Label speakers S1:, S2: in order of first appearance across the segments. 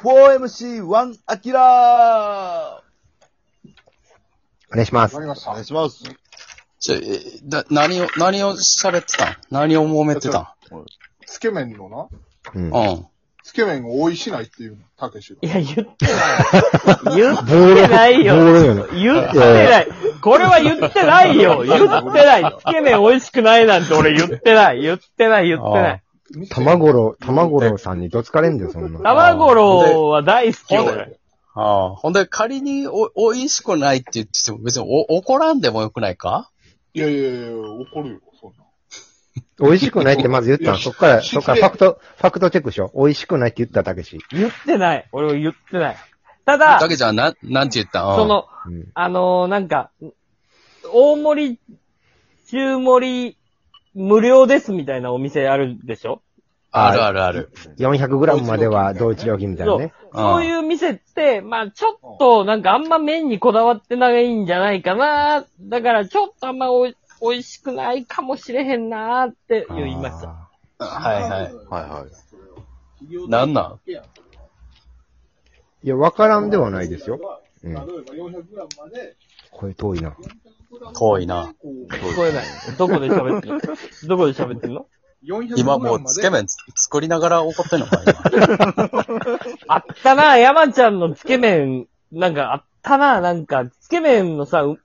S1: 4MC1 アキラ
S2: お願いしま
S3: わ
S2: す
S3: か。りまし
S1: ー
S3: た。
S1: お願いします。
S4: ちょ、え、だ、何を、何をされてたん何を揉めてた
S3: つけ麺のな、
S2: うん
S4: ん。うん。
S3: つけ麺を応意しないっていうの、たけしが。
S5: いや、言ってない。言ってない
S2: ボ
S5: よ。
S2: ールよね。
S5: 言ってない。これは言ってない よ。言ってない。つけ麺美味しくないなんて俺言ってない。言ってない、言ってない。
S2: 玉五郎、玉五郎さんにどつかれんだよ、そんな。
S5: 玉五郎は大好きよ、
S4: ほんで
S5: 俺。
S4: ああ。ほんで、仮にお、おいしくないって言ってても、別にお、怒らんでもよくないか
S3: いやいやいや、怒るよ、そんな。
S2: 美味しくないってまず言ったの。
S3: いや
S2: そっから、
S3: 失
S2: そ
S3: 礼
S2: っからファクト、ファクトチェックしよう。美味しくないって言ったたけし。
S5: 言ってない。俺は言ってない。ただ
S4: だ、けじゃん、なん、なんて言ったん
S5: そ、の、
S2: うん。
S5: あのーなんか、大盛り、中盛り、無料ですみたいなお店あるでしょ
S4: あるあるある。
S2: 400g までは同一料金みたいなね。
S5: そう。そういう店って、まあちょっと、なんかあんま麺にこだわってないんじゃないかな。だからちょっとあんまおい美味しくないかもしれへんなって言いました。
S2: あ
S4: はいはい。
S1: はいはい。
S4: なんなん
S2: ーいや、わからんではないですよ。うん。これ遠いな。
S4: 遠いな。
S5: 聞こえない。どこで喋ってるどこで喋ってるの
S4: 今もう、つけ麺つ作りながら怒ってんのか、今。
S5: あったな、山ちゃんのつけ麺、なんかあったな、なんか、つけ麺のさ、う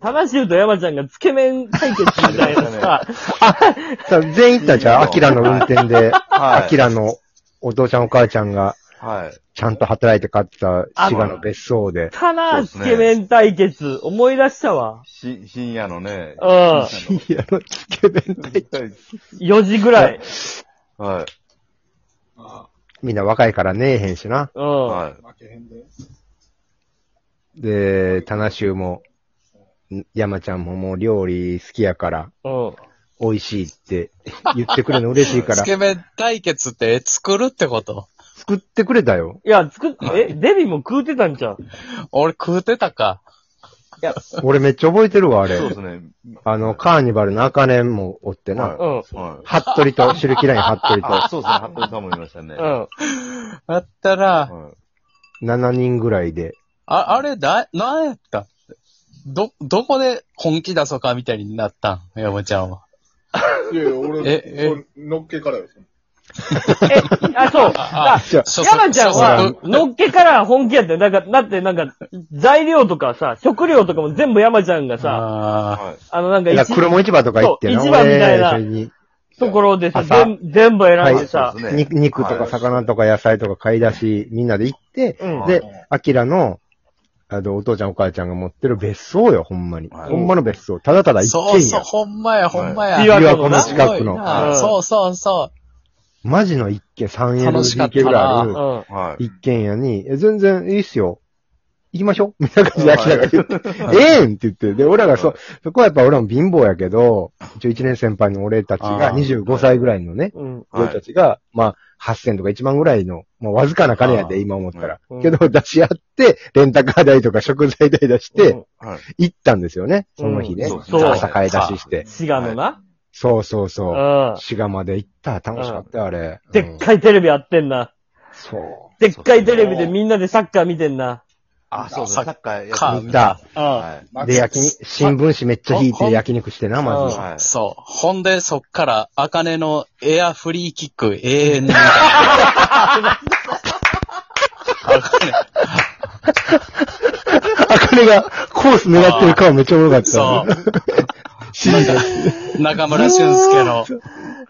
S5: 田中と山ちゃんがつけ麺対決みたいなさ、
S2: さあ、全員行ったじゃん。アキラの運転で、
S1: はい
S2: アキラのお父ちゃんお母ちゃんが、
S1: はい。
S2: ちゃんと働いて買った滋賀の別荘で。
S5: た
S1: そう
S5: な、
S1: っす
S5: つ
S1: ね
S5: け麺対決、思い出したわ。
S1: し、深夜のね。
S5: うん。
S2: いや、つけ弁
S5: 4時ぐらい。
S1: はい。
S2: みんな若いからねえへんしな。
S5: うん。
S1: は
S3: 負けへんで。
S2: で、タナシュウも、ん山ちゃんももう料理好きやから、
S5: うん。
S2: 美味しいって言ってくれるの嬉しいか
S4: つ
S2: ら、
S4: け麺対決って作るってこと
S2: 作ってくれたよ。
S5: いや、作っ、え、デビも食うてたんちゃう
S4: 俺食うてたか。
S2: 俺めっちゃ覚えてるわ、あ
S1: い。
S2: れ。
S1: そうですね。
S2: あの、カーニバルの赤ねんもおってな。
S1: は
S5: うん。
S1: はい。
S2: 服部と、シルキライン服部
S1: あ、
S2: と、
S1: そうですね。ハットリさんもいましたね。
S5: う
S1: は
S5: ん。
S4: あったら、
S1: い
S2: 7人ぐらいで。
S4: あ、あれ、だ、なんやったど、どこで本気出そうかみたいになったん山ちゃんは。
S3: いやいや、俺、
S4: ええ
S3: 俺のっけからよ。
S5: え、あ、そう。
S4: あ
S5: あ、
S2: じゃあ
S4: 初速
S5: 山ちゃん
S4: 初
S5: は、
S4: 速
S5: のっけから本気やったよ。なんか、だってなんか、材料とかさ、食料とかも全部山ちゃんがさ、
S4: あ
S1: はい。
S5: あのなんか
S2: いや、
S5: 一、
S2: 黒も市場とか行ってな、
S5: そう市場みたいな
S2: 俺それに
S5: ところでさ、
S2: 朝
S5: 全全部選んで
S1: は
S5: さ
S1: いそう、ですね
S2: 肉肉とか魚とか野菜とか買い出し、みんなで行って、
S5: うん
S2: で、アキラの、あの、お父ちゃんお母ちゃんが持ってる別荘よ、ほんまに。
S1: はい
S2: ほんまの別荘。ただただ
S4: あ。
S2: 一
S4: そう
S2: 軒
S4: そう、
S2: 家。
S4: ほんまや、ほんまや。
S5: はい
S2: 琵琶湖
S5: 琵琶湖の
S2: の近く
S4: すごい
S2: の。
S4: な
S5: うん
S4: そうそうそ
S2: マジの一軒、
S4: 楽しかった
S2: 3LDK
S4: な
S2: ぐらいあ
S5: う
S2: る
S5: ん。
S1: は
S2: 一軒家に、え全然いいっすよ。行きましょうみ たいな感じでアキラが言って、 ええんって言って。で、俺らがそ
S1: は、
S2: そこはやっぱ俺も貧乏やけど、一応1年先輩の俺たちが
S4: あー
S2: 25歳ぐらいのね、
S5: うん。
S1: はい
S2: 俺たちが、まあ、8000とか1万ぐらいの、まあ、わずかな金や
S4: あ
S2: で、今思ったら
S5: う。ん
S2: けど、出し合って、レンタカー代とか食材代出して、
S1: い。はい。
S2: 行ったんですよね。その日ね。
S1: うん
S5: そう
S2: 朝買い出しして。
S5: 滋賀のな。
S2: そうそう
S5: う
S2: そう。
S5: ん。
S2: 滋賀まで行った。楽しかったよ、あれ。
S5: で
S2: う
S5: っ
S2: ん
S5: かいテレビあってんな。
S2: そう。
S5: でっかいテレビでみんなでサッカー見てんな。
S1: あ、そうですね。サッカーや
S4: かう
S1: っ
S2: 行
S4: ん
S2: った。
S5: うん。
S1: は
S3: 負け
S2: で、焼きに、新聞紙めっちゃ引い
S4: ほ
S2: て
S4: ん
S2: 焼肉してな、ま
S1: い。
S2: ず。
S1: は
S4: う。
S1: い。
S4: そう。ほんで、そっから、アカネのエアフリーキック永遠に。
S2: あかねがコース狙ってる顔めっちゃおもろかった。
S4: そう。中村俊介の、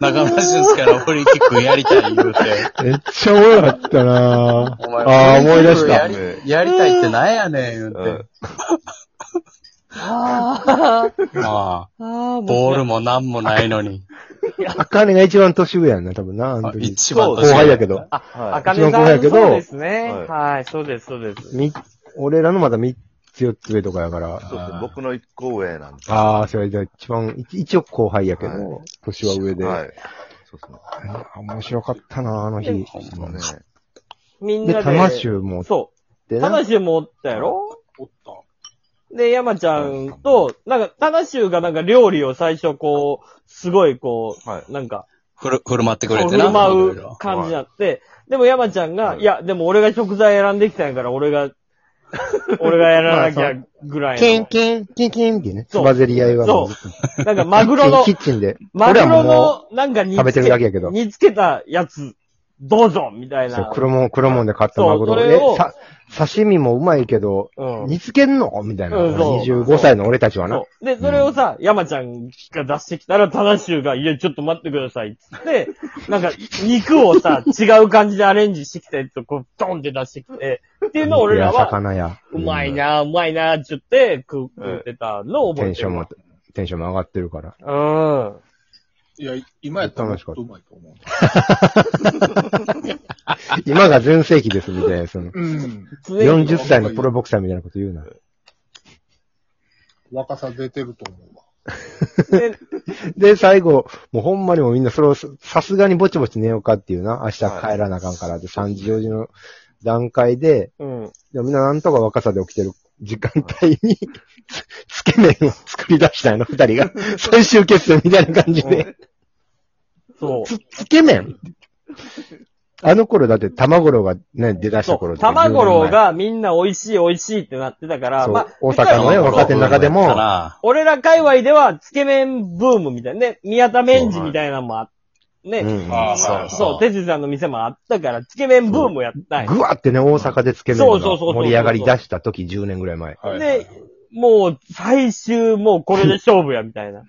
S4: 中村俊介のフリーキックやりたい言うて。
S2: めっちゃおもろかったな
S4: お前
S2: ああ、思い出し
S4: や
S2: た。
S4: りやりたいってなんやねん言う
S5: あー
S4: て。ま
S5: あ
S4: あ、
S5: ー、も
S4: ボ
S5: う
S4: ールもなんもないのに。
S2: あかねが一番年上やんな、多分な、あの
S4: あ
S2: 時。
S4: 一番
S2: 後
S4: 年上
S2: 輩やけど。
S5: あ
S1: は
S5: かね
S2: 一番後輩
S5: さ
S2: や
S5: ん、
S2: けど
S5: そうですね。
S1: はい
S5: はい、そうです、そうです。
S2: み、俺らのまだ3つ4つ上とかやか
S1: い。
S2: ら。
S1: そうですね。僕の一個上なんです。
S2: ああ、それじゃ一番、一一応後輩やけど、
S1: は
S2: 年は上で。
S1: はい。そうですね。
S2: 面白かったな、あの日。
S4: ほんま
S1: そうね。
S5: みん
S2: で、
S5: なで。
S2: 玉州もおっ
S5: そ
S2: て
S5: う。
S2: な。
S5: タナシューもおったやろ
S3: おった。
S5: で、山ちゃんと、なんか、タナシューがなんか料理を最初こう、すごいこう、
S1: はい
S5: なんか、
S4: ふる、振る舞ってくれ
S5: 振
S4: てな。
S5: る舞
S4: いろいうろ
S5: 感じになって、でも山ちゃんが、いや、でも俺が食材選んできたんやから、俺が、俺がやらなきゃぐらい
S2: キン
S5: の。
S2: キン、キンキンってね、つ
S5: そう
S2: ばぜり合いはもうずっと。
S5: なんかマグロの
S2: キッ、チンキッチンで。
S5: マグ
S2: 俺は
S5: ロ
S2: も
S5: の、なんか煮
S2: 食べて
S5: つ
S2: るだけ
S5: け
S2: やけど、
S5: 煮つけたやつ、どうぞみたいう
S2: そう
S5: な。
S2: 黒もん、黒もんで買ったマグ
S5: そう
S2: ロ。
S5: それを
S2: え、さ、刺身もうまいけど、
S5: うん
S2: 煮つけんのみたいな。
S5: うんそう
S2: 25歳の俺たちはな
S5: そ。う。で、それをさ、山ちゃんが出してきたら、タナシューが、いや、ちょっと待ってください、つって、なんか、肉を さ、違う感じでアレンジしてきたやつを、こう、ドンって出してきて、っていうのを俺ら
S2: いや
S5: は、
S2: 魚や。
S5: うまいな、うまいな、って言って、食う食ってたのを
S2: テ
S5: 覚え
S2: ン
S5: て
S2: ショ
S5: る
S2: ンも
S5: わ。、
S2: テンションも上がってるから。
S5: うん。
S3: いや、今やったらもっとうまいと思う。
S2: 今が全盛期ですみたいな、その、
S3: うん。
S5: 常に
S2: 40歳のプロボクサーみたいなこと言うな。
S3: 若さ出てると思うわ。
S5: で
S2: で、最後、もうほんまにもうみんなそれをささすがにぼちぼち寝ようかっていうな、明日帰らなあかんからって3時4時の段階で、
S5: うん。
S2: でもみんななんとか若さで起きてる時間帯に、 つつけ麺を作り出したいの、二人 が。最終決戦みたいな感じで。
S5: そう。
S2: つ、つけ麺あの頃だって玉五郎がね、出だした
S5: そ
S2: 頃
S5: う。
S2: で。
S5: 卵がみんな美味しい美味しいってなってたから、
S2: そう
S5: まあ、
S2: 大阪のね、若手の中で
S4: か
S2: も、
S4: な。
S5: 俺ら界隈では、つけ麺ブームみたいなね、宮田麺児みたいなのもあって、ね、
S2: うん
S3: あ
S4: そう
S5: そう、てつじさんの店もあったから、つけ麺ブームやったんや
S2: ぐわってね、大阪でつけ麺
S5: そ
S2: が
S5: うそうそうそう
S2: 盛り上がり出した時10年ぐらい前。
S3: はいはい
S5: で、もう、最終、もうこれで勝負や、みたいな。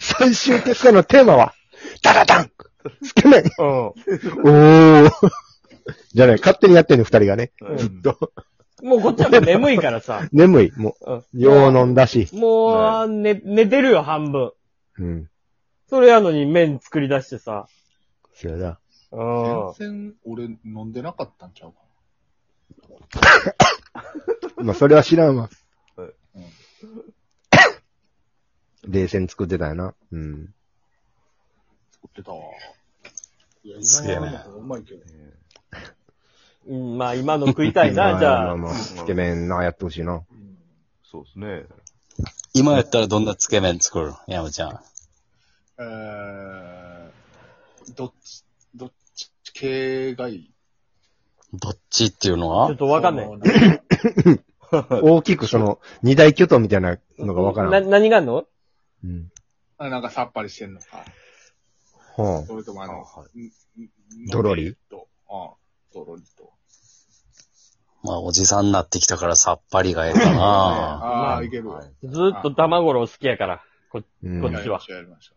S2: 最終決戦のテーマは、ダダダンつけ 麺
S5: う
S2: おー。じゃない、勝手にやってんの、二人がね。
S1: うん
S2: ずっと。
S5: ん。もうこっちはもう眠いから さ。
S2: 眠い。も
S5: うん。
S2: う、よう飲んだし。
S5: もう、寝、寝てるよ、半分。
S2: うん。
S5: それやのに麺作り出してさ。
S2: そやな。
S5: うん。
S3: 全然俺飲んでなかったんちゃうか
S2: まあ、それは知らんわ
S1: はい。
S2: 冷戦作ってたよな。うん。
S3: 作ってたわ。いや、
S4: すげえ
S3: 今
S4: な
S3: やったらうまいけど。
S5: うんまあ、今の食いたいな、じ
S2: ま
S5: ゃ
S2: あ
S5: あ。
S2: まあまあ、つけ麺な、やってほしいな。
S1: そうですね。
S4: 今やったらどんなつけ麺作る山ちゃん。
S3: えー、どっち、どっち系がいい
S4: どっちっていうの
S5: ちょっ
S4: は
S5: とわかんない。
S3: その
S2: 大きくその、二大巨頭みたいなのがわから。
S5: なん何があんの
S2: うん。
S3: あなんかさっぱりしてんのか。
S2: はあ。
S3: それともあの、
S1: あは
S2: ドロリ
S3: と、あドロリと。
S4: まあ、おじさんになってきたからさっぱりがええ かな。
S3: ああ、いけるわ。
S1: はい
S5: ずーっと玉五郎好きやから。こ
S2: うん
S5: こっ
S3: や
S5: ち
S3: り
S5: は
S3: ました、やりました。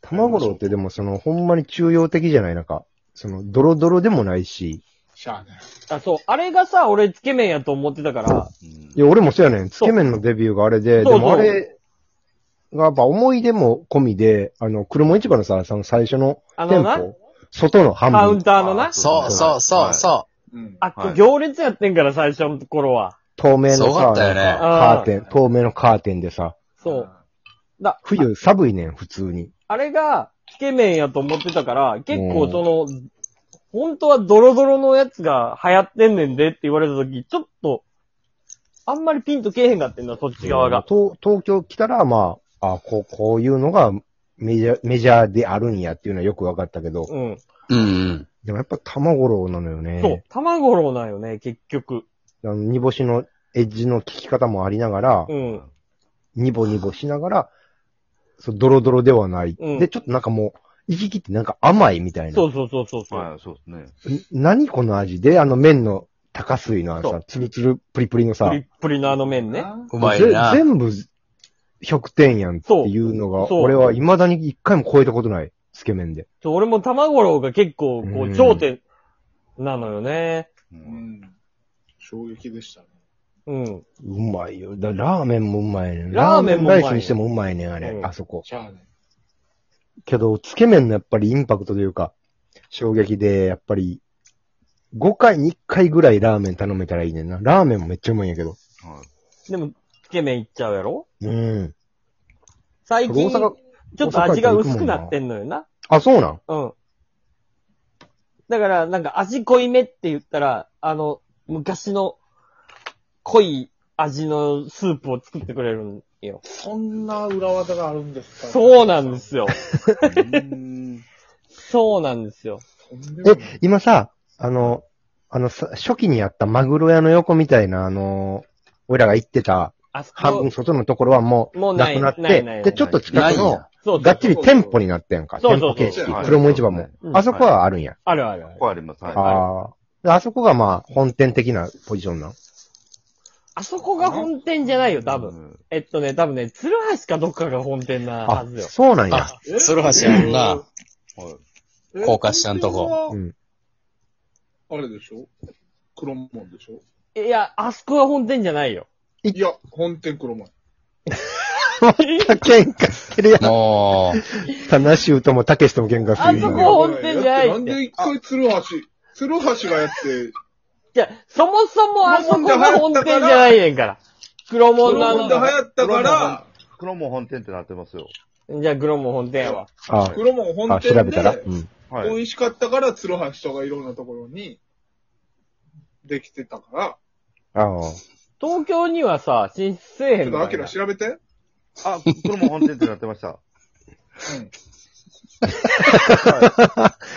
S2: 卵郎ってでもその、ほんまに中庸的じゃないなんか、その、ドロドロでもないし。
S3: しゃあね。
S5: あ、そう。あれがさ、俺、つけ麺やと思ってたから。
S1: うん
S2: いや、俺もそうやねん。つけ麺のデビューがあれで、で
S5: そう
S2: もあ
S5: そう
S2: れが、やっぱ思い出も込みで、あの、車市場のさ、その最初の
S5: あ
S2: 店
S5: のな
S2: 舗、外の半
S5: カウ
S2: 分
S5: ン、ターのな。
S4: そうそうそうそ
S3: うん。
S5: あ、
S1: はい
S5: 行列やってんから、最初の頃は。
S2: 透明
S4: す
S2: の
S4: ごか
S2: さ、
S4: ったよね
S2: なんかカーテン、透明のカーテンでさ、
S5: そう。
S2: 冬寒いねん、普通に。
S5: あれが、つけ麺やと思ってたから、結構その、本当はドロドロのやつが流行ってんねんでって言われた時、ちょっと、あんまりピンとけえへんかってんな、そっち側が。
S2: 東東京来たら、まあ、あこう、こういうのがメジャー、メジャーであるんやっていうのはよく分かったけど、
S5: うん。
S4: う。うんうん。
S2: でもやっぱ卵郎なのよね。
S5: そう。玉五郎なんよね、結局。
S2: あの煮干しのエッジの効き方もありながら、
S5: うん。
S2: ニボニボしながら、そう、ドロドロではない。
S5: うん
S2: で、ちょっとなんかもう、行き来ってなんか甘いみたいな。
S5: そうそうそうそうそう。
S1: はい、そうですね。
S2: ん何この味で、あの麺の高水のあの
S5: そ
S2: さ、ツルツルプリプリのさ
S5: プリ、ップリのあの麺ね。
S3: あ
S4: うまい
S2: ぜ
S4: な。
S2: 全部、100点やんっていうのが、
S5: そうそう
S2: 俺は未だに一回も超えたことない。つけ麺で。
S5: そう俺も玉五郎が結構、
S2: う
S5: こ
S2: ん
S5: う、頂点なのよね。
S1: う
S3: ーうんん。衝撃でしたね。
S5: うん。
S2: うまいよ。だラーメンもうまいねん。
S5: ラーメンもうま
S2: ラ
S5: いよ
S2: イスにしてもうまいねん、あれ、
S5: うん
S2: あそこ。
S3: しゃあね。
S2: けど、つけ麺のやっぱりインパクトというか、衝撃で、やっぱり、5回に1回ぐらいラーメン頼めたらいいねんな。ラーメンもめっちゃうまいんやけど。
S1: はい
S5: でも、つけ麺いっちゃうやろ
S2: うん。
S5: 最
S2: 大
S5: 近、ち
S2: 阪
S5: ょ、っと味が薄くなってんのよな。
S2: あ、そうなん
S5: うん。だから、なんか味濃いめって言ったら、あの、昔の濃い味のスープを作ってくれるんよ。
S3: そんな裏技があるんですか
S5: そうなんで。すよ。
S3: うーん
S5: そうなんですよ。
S3: とんでもない
S2: 今さ、あの、あのさ、初期にやったマグロ屋の横みたいな、あの、俺らが行ってた、
S5: あそ
S2: 半
S5: こ
S2: 分、外のところはも
S5: も
S2: う
S5: う
S2: な
S5: ない
S2: くなっ
S5: ないないな
S2: て、で、
S5: い
S2: ちょっと近
S4: ない
S2: く
S4: ん
S2: の
S4: や、
S5: そうそう
S2: がっちり店舗になってんか。
S5: そう
S2: 店舗
S5: そうそう
S2: 形
S1: そう
S2: 式。黒門市場
S1: は
S2: も
S1: い。
S5: うん
S2: あそこはあるんや。
S5: あるあるあ
S1: こ
S5: る。
S1: こあります。はい。
S2: ああ。であそこがまあ、本店的なポジションなの
S5: あそこが本店じゃないよ、多分。
S1: 分。
S5: えっとね、多分ね、鶴橋かどっかが本店なは
S2: あ
S5: ず、よ。
S2: そうなんや。
S4: あ、鶴橋やんな。
S1: はい
S3: え
S4: 高架下のとこ。
S2: う
S3: え
S2: ん。
S3: あれでしょ黒門でしょ
S5: いや、あそこは本店じゃないよ。
S3: いや、本店黒門。
S2: 喧嘩してるやん。
S4: もう、
S2: タナシューともたけしとも喧嘩す
S5: あ
S2: るや
S5: そ
S2: ん。
S5: こ本店じゃないって
S3: なんで一回鶴橋、鶴橋がやって、
S5: いや、そもそもあそこが本店じゃないねんから。黒
S3: 黒
S5: 門のあ
S3: 門で流
S5: の、
S3: 行ったから、
S1: 黒門本店ってなってますよ。
S5: じゃあ黒門本店やわ。
S2: あ
S3: 黒門
S2: あ、
S3: 本
S2: 調
S3: 店
S2: べたら。
S3: で
S2: う、ん。
S1: は
S3: 美
S1: い。
S3: 味しかったから鶴橋とかいろんなところに、できてたから、
S2: ああ。
S5: 東京にはさ、進出せえへ
S3: ちょ
S5: ん
S3: っと
S5: の
S3: ア
S5: か
S3: キ
S5: いな
S3: ラ調べて。
S1: あ、黒門本店ってなってました。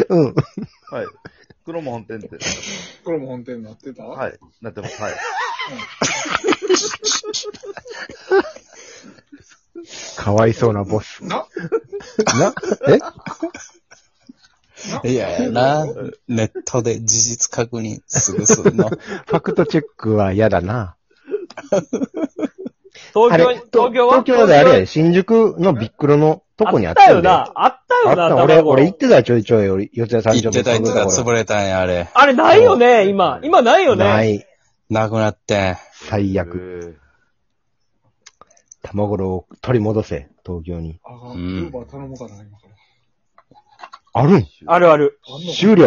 S2: うん。
S1: はい。黒門本店 って。
S3: 黒門本店になってた。
S1: はいい。なってます。はい。
S2: かわいそうなボス。
S3: な、
S2: な、え
S4: いやいやな、ネットで事実確認すぐするの。
S2: ファクトチェックは嫌だな。
S5: 東京
S2: あ
S5: に
S2: れ、
S5: 東京
S2: 東
S5: は
S2: 京であれや、新宿のビックロのとこにあった
S5: あった
S2: よ
S5: よ
S2: ね。
S5: な。あった
S2: あ
S5: よ
S2: っ
S5: な、
S2: た。
S5: 卵
S2: 俺、俺行ってたよちょいちょいより、四谷三丁
S4: 言ってた言ってた、潰れたんや、あれ。
S5: あれないよね、今。今ないよね。
S2: ない。
S4: なくなってん。
S2: 最悪。
S1: く。
S2: 卵を取り戻せ、東京に。
S3: あ、ウ
S4: ん
S3: ーバー頼もうかな、今から。
S2: あるん
S5: あるある。
S3: あんのかな
S2: 終了。